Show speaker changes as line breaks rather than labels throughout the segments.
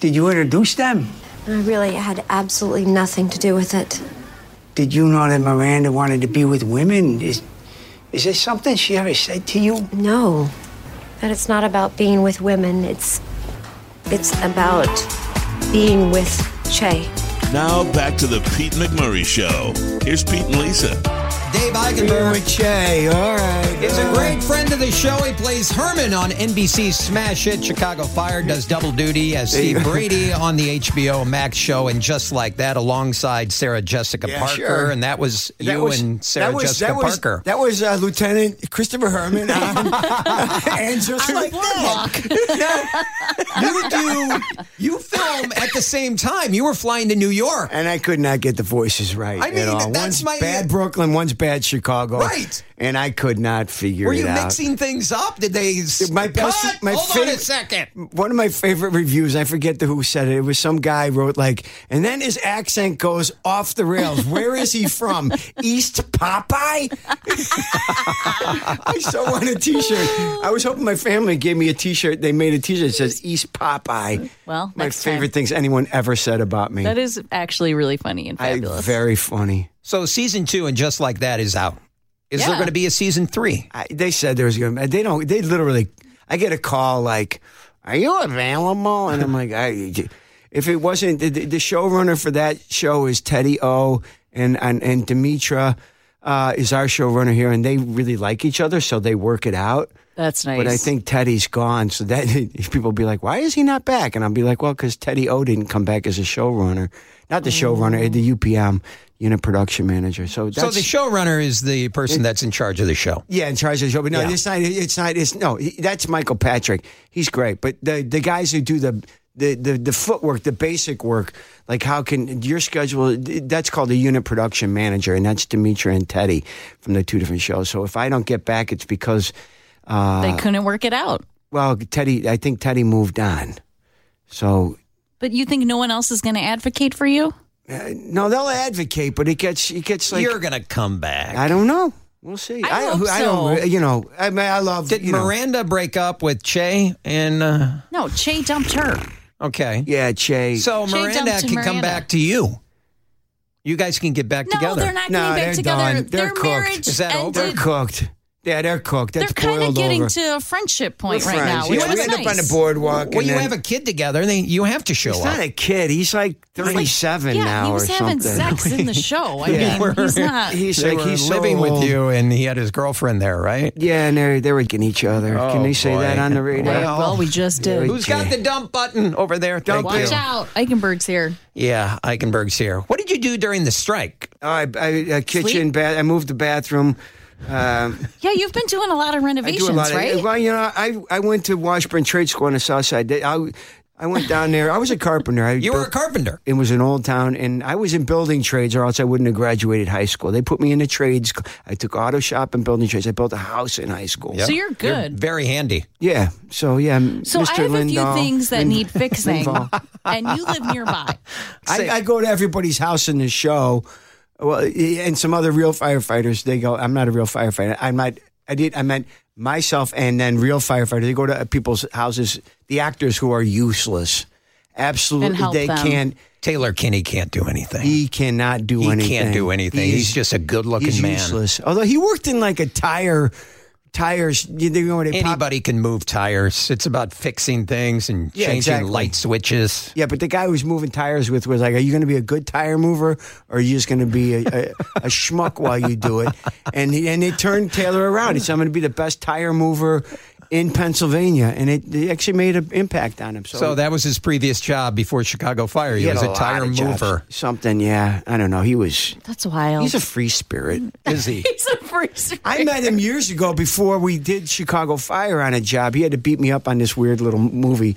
Did you introduce them?
I really had absolutely nothing to do with it.
Did you know that Miranda wanted to be with women? Is, is there something she ever said to you?
No. That it's not about being with women. It's it's about being with Che.
Now back to the Pete McMurray Show. Here's Pete and Lisa.
Dave Eichenberg
Che, all right.
is a great friend of the show. He plays Herman on NBC's Smash Hit Chicago Fire, does double duty as Steve Brady on the HBO Max show, and just like that, alongside Sarah Jessica
Yeah,
Parker.
sure.
And that was you and Sarah
that was-
Jessica
that was-
Parker.
That was uh, Lieutenant Christopher Herman and, and just like that.
you do you film at the same time. You were flying to New York.
And I could not get the voices right.
I mean,
at all.
that's
one's
my-
bad Brooklyn, one's bad Chicago.
Right.
And I could not figure
Were
it
you
out.
mixing things up? Did they s-
My
cut?
best- my
Hold on a
favorite-
second.
one of my favorite reviews, I forget the who said it. It was some guy wrote like, and then his accent goes off the rails. Where is he from? East Popeye? I so want a T-shirt. I was hoping my family gave me a T-shirt. They made a T-shirt that says East Popeye.
Well,
my
next
favorite
time.
things anyone ever said about me.
That is actually really funny and
I,
fabulous.
very funny.
So season two and just like that is out. Is there
Yeah.
going to be a season three?
I, they said there was going to. They don't. They literally. I get a call like, "Are you available?" And I'm like, "I." If it wasn't the, the showrunner for that show is Teddy O and and and Demetra uh, is our showrunner here, and they really like each other, so they work it out.
That's nice.
But I think Teddy's gone, so that people will be like, "Why is he not back?" And I'll be like, "Well, because Teddy O didn't come back as a showrunner, not the showrunner, the UPM unit production manager." So that's
so the showrunner is the person that's in charge of the show.
yeah, and charge the show. But no, it's not. It's not. It's no. he- That's Michael Patrick. He's great. But the the guys who do the the the, the footwork, the basic work, like how can your schedule? That's called a unit production manager, and that's Demetra and Teddy from the two different shows. So if I don't get back, it's because
they
Ah.
couldn't work it out.
well, Teddy. I think Teddy moved on. So
But you think no one else is going to advocate for you?
uh, no, they'll advocate, but it gets it gets like
You're going to come back.
I don't know. We'll see.
I hope so.
don't. You know. I mean, I love.
Did
you know,
Miranda break up with Che? And uh,
No, Che dumped her.
okay,
Yeah, Che.
so
Che
Miranda
dumped
can come
Miranda.
back to you. You guys can get back
No,
together.
they're not
No,
getting
they're
back together.
done. They're
Their
cooked.
marriage
Is that over?
They're
ended.
cooked. Yeah, they're cooked. That's
They're kind
boiled
of getting
over.
to a friendship
We're
point right
friends. Yeah,
now. Which
we
was
end
nice.
up on the boardwalk.
Well,
and
you
then-
have a kid together. They, you have to show
He's
up.
not a kid. He's like thirty-seven
yeah,
now
he was
or
having
something.
sex in the show. I
Yeah.
mean, he's not.
He's
They
like
were
he's so
living with
old.
you, and he had his girlfriend there, right?
Yeah, and they they were getting each other.
Oh,
Can they say
boy.
that on the radio?
Well,
well, we just did.
Who's got the dump button over there? Thank
Watch
you.
out. Eichenberg's here.
Yeah, Eichenberg's here. What did you do during the strike?
Oh, I, I, uh, kitchen, bath. I moved the bathroom. Um,
Yeah, you've been doing a lot of
I
renovations,
do a lot of.
right?
Well, you know, I I went to Washburn Trade School on the South Side. They- I I went down there. I was a carpenter. I
You were a
built-
carpenter.
it was an old town and i was in building trades or else i wouldn't have graduated high school they put me into trades i took auto shop and building trades i built a house in high school
So you're good.
Very handy.
yeah so yeah m-
so
Mr.
I have a few
Lindahl-
things that
Lind-
need fixing,
Lindahl.
and you live nearby.
I, I go to everybody's house in the show well y- and some other real firefighters they go i'm not a real firefighter i'm not i did i meant myself and then real firefighters they go to people's houses the actors who are useless
And
absolutely
help
they
them.
can't
Taylor Kinney can't do anything.
He cannot do
He can't
anything.
do anything. He's just a good-looking
he's
man.
Useless. Although he worked in like a tire, tires. You know what they pop-
Anybody can move tires. It's about fixing things and
Yeah,
changing
exactly.
light switches.
Yeah, but the guy who was moving tires with was like, "Are you going to be a good tire mover, or are you just going to be a, a, a schmuck while you do it?" And he, and it turned Taylor around. He said, "I'm going to be the best tire mover in Pennsylvania," and it, it actually made an impact on him. So,
So that was his previous job before Chicago Fire. He,
he had
was a,
lot
tire
of jobs.
mover.
Something, yeah. I don't know. He was.
That's wild.
He's a free spirit.
Is he?
He's a freezer.
I met him years ago before we did Chicago Fire on a job. He had to beat me up on this weird little movie,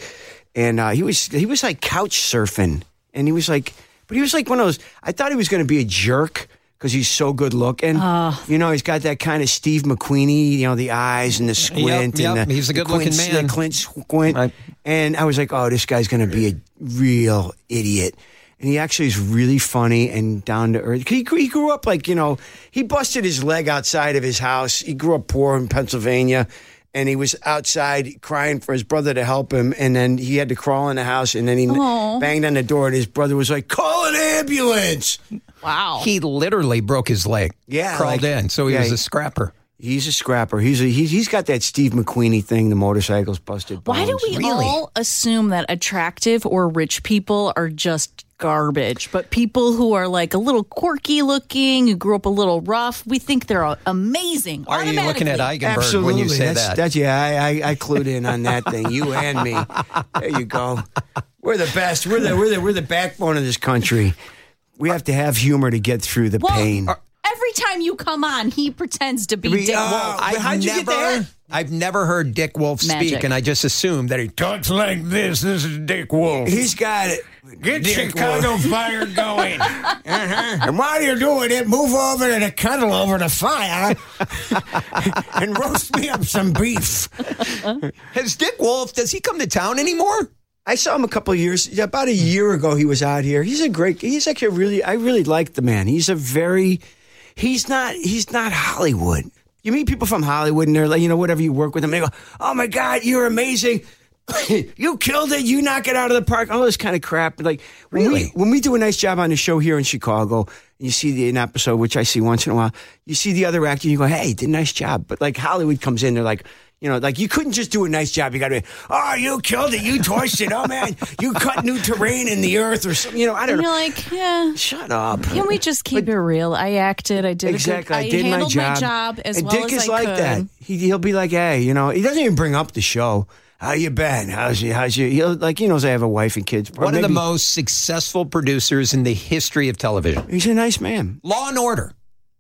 and uh, he was he was like couch surfing, and he was like, but he was like one of those. I thought he was going to be a jerk because he's so good looking.
Ah.
You know, he's got that kind of Steve McQueenie, you know, the eyes and the squint
yep,
and the,
he's a
the
good-looking
Quint-
man.
The Clint squint,
I-
and I was like, oh, this guy's going to be a real idiot. And he actually is really funny and down to earth. He, he grew up like, you know, he busted his leg outside of his house. He grew up poor in Pennsylvania. and he was outside crying for his brother to help him. And then he had to crawl in the house, and then he
Aw.
banged on the door, and his brother was like, "Call an ambulance."
Wow.
He literally broke his leg.
Yeah,
Crawled
like-
in. So he
yeah,
was
he-
a scrapper.
He's a scrapper. He's a, he's he's got that Steve McQueenie thing. The motorcycle's busted.
Why do
bones.
we
Really?
all assume that attractive or rich people are just garbage? But people who are like a little quirky looking, who grew up a little rough, we think they're all amazing.
Why are you looking at
automatically.
Eigenberg when you say
that's,
that?
That's, yeah, I, I, I clued in on that thing. You and me. There you go. We're the best. We're the we're the we're the backbone of this country. We have to have humor to get through the
Well,
uh,
uh,
pain.
Every time you come on, he pretends to be
We-
Dick
oh,
Wolf.
I- But how'd you get that?
I've never heard Dick Wolf speak,
Magic.
and I just assumed that he talks like this. This is Dick Wolf.
He's got it.
Get
Dick Wolf.
Fire going.
Uh-huh. And while you're doing it, move over to the cuddle over the fire and roast me up some beef.
Has Dick Wolf? Does he come to town anymore?
I saw him a couple of years about a year ago. He was out here. He's a great. He's actually a really. I really like the man. He's a very. He's not. He's not Hollywood. You meet people from Hollywood, and they're like, you know, whatever you work with them, they go, "Oh my God, you're amazing." you killed it. You knock it out of the park. All this kind of crap. Like when
Really?
we when we do a nice job on the show here in Chicago, and you see the an episode which I see once in a while. You see the other actor, you go, "Hey, did a nice job." But like Hollywood comes in, they're like, you know, like you couldn't just do a nice job. You got to be, "Oh, you killed it. You torched it. Oh man, you cut new terrain in the earth or something." You know, I don't
And you're
know.
like, yeah.
Shut up.
Can we just keep it real? I acted. I did. a good-
Exactly. I, did
handled
my job.
as
and
well
Dick
as
is
I
like
could.
that. He, he'll be like, hey, you know, he doesn't even bring up the show. How you been? How's you? How's you? He'll like he knows I have a wife and kids. or
One of the
maybe-
most successful producers in the history of television.
He's a nice man.
Law and Order.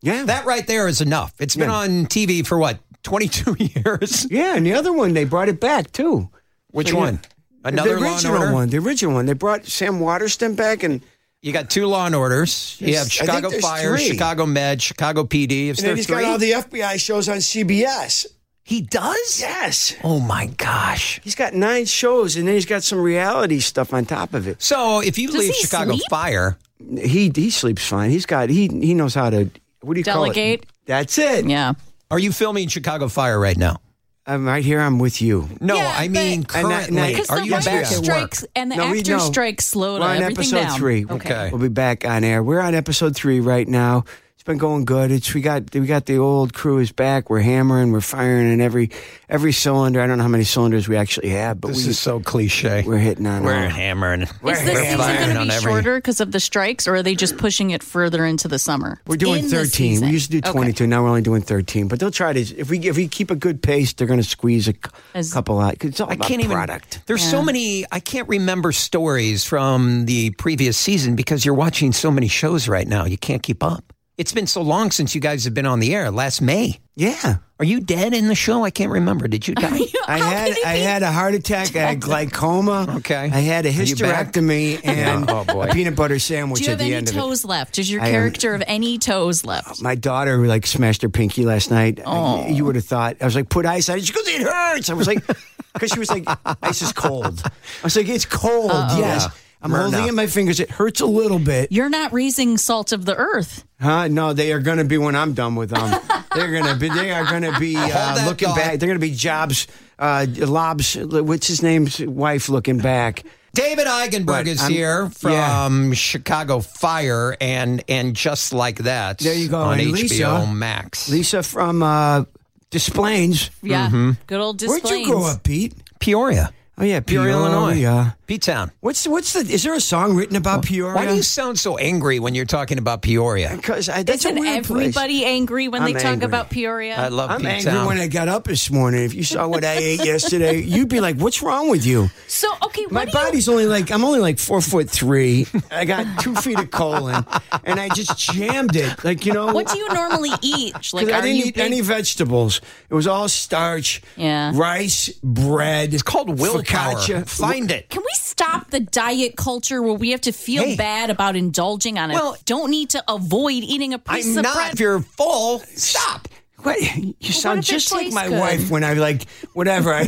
Yeah.
That right there is enough. It's been
Yeah.
on TV for what, 22 years?
yeah, and the other one they brought it back too.
Which
So, yeah.
one? Another
the
Law and
original
Order?
one. The original one. They brought Sam Waterston back and
You got two Law and Orders. You
There's-
have
I think
Chicago
there's
Fire,
three.
Chicago Med, Chicago PD. Is
and then
there
he's
three?
got all the FBI shows on CBS.
he does?
Yes.
Oh my gosh.
He's got nine shows and then he's got some reality stuff on top of it.
So if you
Does
leave
he
Chicago
sleep?
Fire,
He he sleeps fine. He's got he he knows how to what do you call it?
Delegate.
That's it.
Yeah.
are you filming Chicago Fire right now?
I'm right here. I'm with you.
No,
Yeah,
I
but-
mean
I- no, no,
currently.
Because
are
the
you
writer's
back
writer
at
strikes
work?
and the
No, we-
actor
no.
strikes slowed
We're on
everything
episode
down.
three.
Okay.
We'll be back on air. We're on episode three right now. It's been going good. It's we got we got the old crew is back. We're hammering. We're firing in every every cylinder. I don't know how many cylinders we actually have, but
This
we,
is so cliche.
we're hitting on.
We're
all.
hammering.
Is this season
firing
going to
on
be
every-
shorter because of the strikes, or are they just pushing it further into the summer?
We're doing
In the
13. We
season.
used to do
Okay.
22. Now we're only doing 13. But they'll try to if we if we keep a good pace, they're going to squeeze a c-
As-
couple out. 'Cause It's all
I
about
can't even.
product.
There's so many. I can't remember stories from the previous season because you're watching so many shows right now. You can't keep up. It's been so long since you guys have been on the air. Last May,
Yeah.
are you dead in the show? I can't remember. Did you die?
I
How
had
can he
I
be-
had a heart attack. I had glaucoma.
Okay.
I had a
Are you back?
hysterectomy and
Oh, boy.
a peanut butter sandwich
Do you
at
have
the
any
end of it.
toes left? Is your
I am-
character of any toes left?
My daughter like smashed her pinky last night. I- you would have thought I was like put ice on it. She goes, it hurts. I was like, because she was like, ice is cold. I was like, it's cold. Yes.
Yeah.
I'm
Myrna.
holding in my fingers. It hurts a little bit.
You're not raising salt of the earth.
Huh? No, they are going to be when I'm done with them. They're going to be. They are going to be uh,
that
looking
thought.
back. They're going to be Jobs, uh, Lobs. What's his name's wife looking back?
David Eigenberg
But
is
I'm-
here from Chicago Fire and and just like that.
There you go.
on
And
HBO
Lisa-
Max.
Lisa from uh, Displains.
Yeah. Good old displays.
Mm-hmm. Where'd you grow up, Pete?
Peoria,
Oh yeah,
Peoria, Illinois,
Yeah.
P Town.
What's what's the? Is there a song written about Peoria?
Why do you sound so angry when you're talking about Peoria?
Because I, that's
Isn't
a weird place.
everybody angry when
I'm
they talk
angry.
about Peoria?
I love
I'm
P
angry
Town.
when I got up this morning. If you saw what I ate yesterday, you'd be like, "What's wrong with you?"
so okay,
My
what do you
body's only like I'm only like four foot three. I got two feet of colon, and I just jammed it. Like you know,
what do you normally eat? Like,
'cause I
are
didn't
you
eat
big-
any vegetables. It was all starch,
Yeah.
rice, bread. It's
called willpower. Find it.
Can we stop the diet culture where we have to feel
Hey.
bad about indulging on it?
Well-
don't need to avoid eating a piece
I'm
of
not.
bread.
If you're full, stop.
What? You sound
if it
just like
tastes
my
good?
wife when I like whatever. I,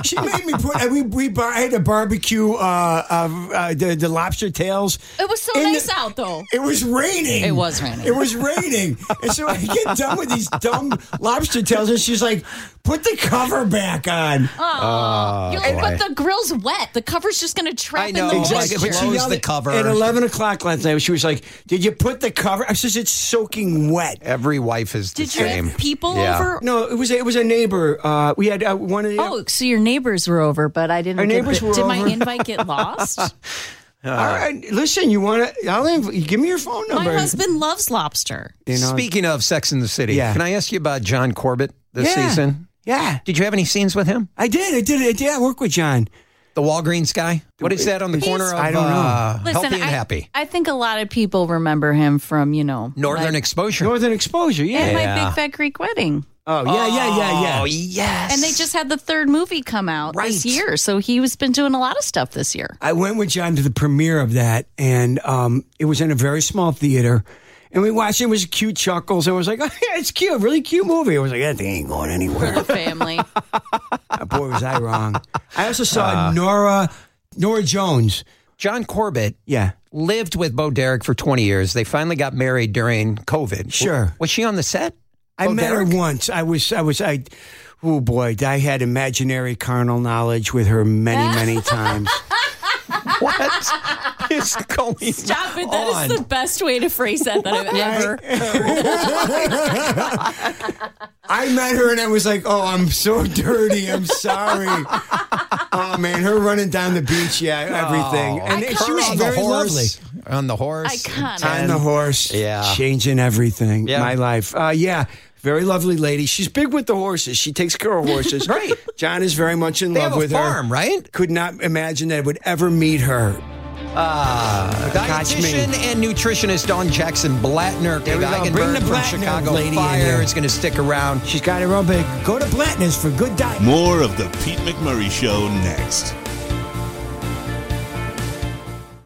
she made me put. I, we we bar, I had to barbecue uh, uh, uh, the, the lobster tails.
It was so
in the-
nice out though.
It was raining.
It was raining.
It was raining. and so I get done with these dumb lobster tails, and she's like, "Put the cover back on."
Oh Aw. You're like, but the grill's wet. The cover's just going to trap
know,
in the
but-
moisture.
but she Close
yelled
the
at-
cover.
At 11 o'clock last night, she was like, Did you put the cover? I says, It's soaking wet.
Every wife is the
Did you
same.
have people
Yeah.
over?
No, it was a, it was a neighbor. Uh, we had uh, one of the.
Oh, so your neighbors were over, but I didn't.
Our
get
neighbors
the-
were
did
over.
my invite get lost?
All right, listen, you want to. I'll inv- give me your phone
my
number.
husband loves lobster.
You know,
Speaking of Sex in the City,
Yeah.
can I ask you about John Corbett this
Yeah.
season?
Yeah.
Did you have any scenes with him?
I did. I did. I did. I work with John.
The Walgreens guy? What is that on the
He's-
corner of
I don't know.
Uh,
Listen,
Healthy and
I,
Happy?
I think a lot of people remember him from you know
Northern
my,
Exposure.
Northern Exposure.
and
Yeah.
my Big Fat Greek Wedding,
Oh, yeah, yeah, yeah, yeah.
Oh, yes.
and they just had the third movie come out
Right.
this year, so he was been doing a lot of stuff this year.
I went with John to the premiere of that, and um, it was in a very small theater. And we watched it. It was cute chuckles. And I was like, oh, yeah, it's cute. Really cute movie. I was like, that thing ain't going anywhere.
Family,
Ah, Boy, was I wrong. I also saw Nora Nora Jones.
John Corbett
Yeah.
lived with Bo Derek for 20 years. They finally got married during COVID.
Sure.
Was she on the set?
I
Bo
met
Oh, Derek?
her once. I was, I was, I, oh boy, I had imaginary carnal knowledge with her many, many times.
What is going
stop it. That is
on?
the best way to phrase that that I've ever.
I met her and I was like, oh, I'm so dirty. I'm sorry. oh, man, her running down the beach, yeah,
Oh.
everything. and
I
she
couldn't-
was
on
very
the horse,
lovely.
On the horse.
Iconic.
on the horse,
Yeah.
changing everything.
Yeah.
My life, uh, yeah. Very lovely lady. She's big with the horses. She takes care of horses.
Right.
John is very much in
They
love
have a
with
farm,
her.
right?
Could not imagine that I would ever meet her. Catch me.
Ah, Dietitian and nutritionist Dawn Jackson Blattner.
There we go.
Geigenberg
Bring the
from
Blattner
Chicago
lady in
Fire
here.
is going to stick around.
She's got her own big. Go to Blanton's for good diet.
More of the Pete McMurray Show next.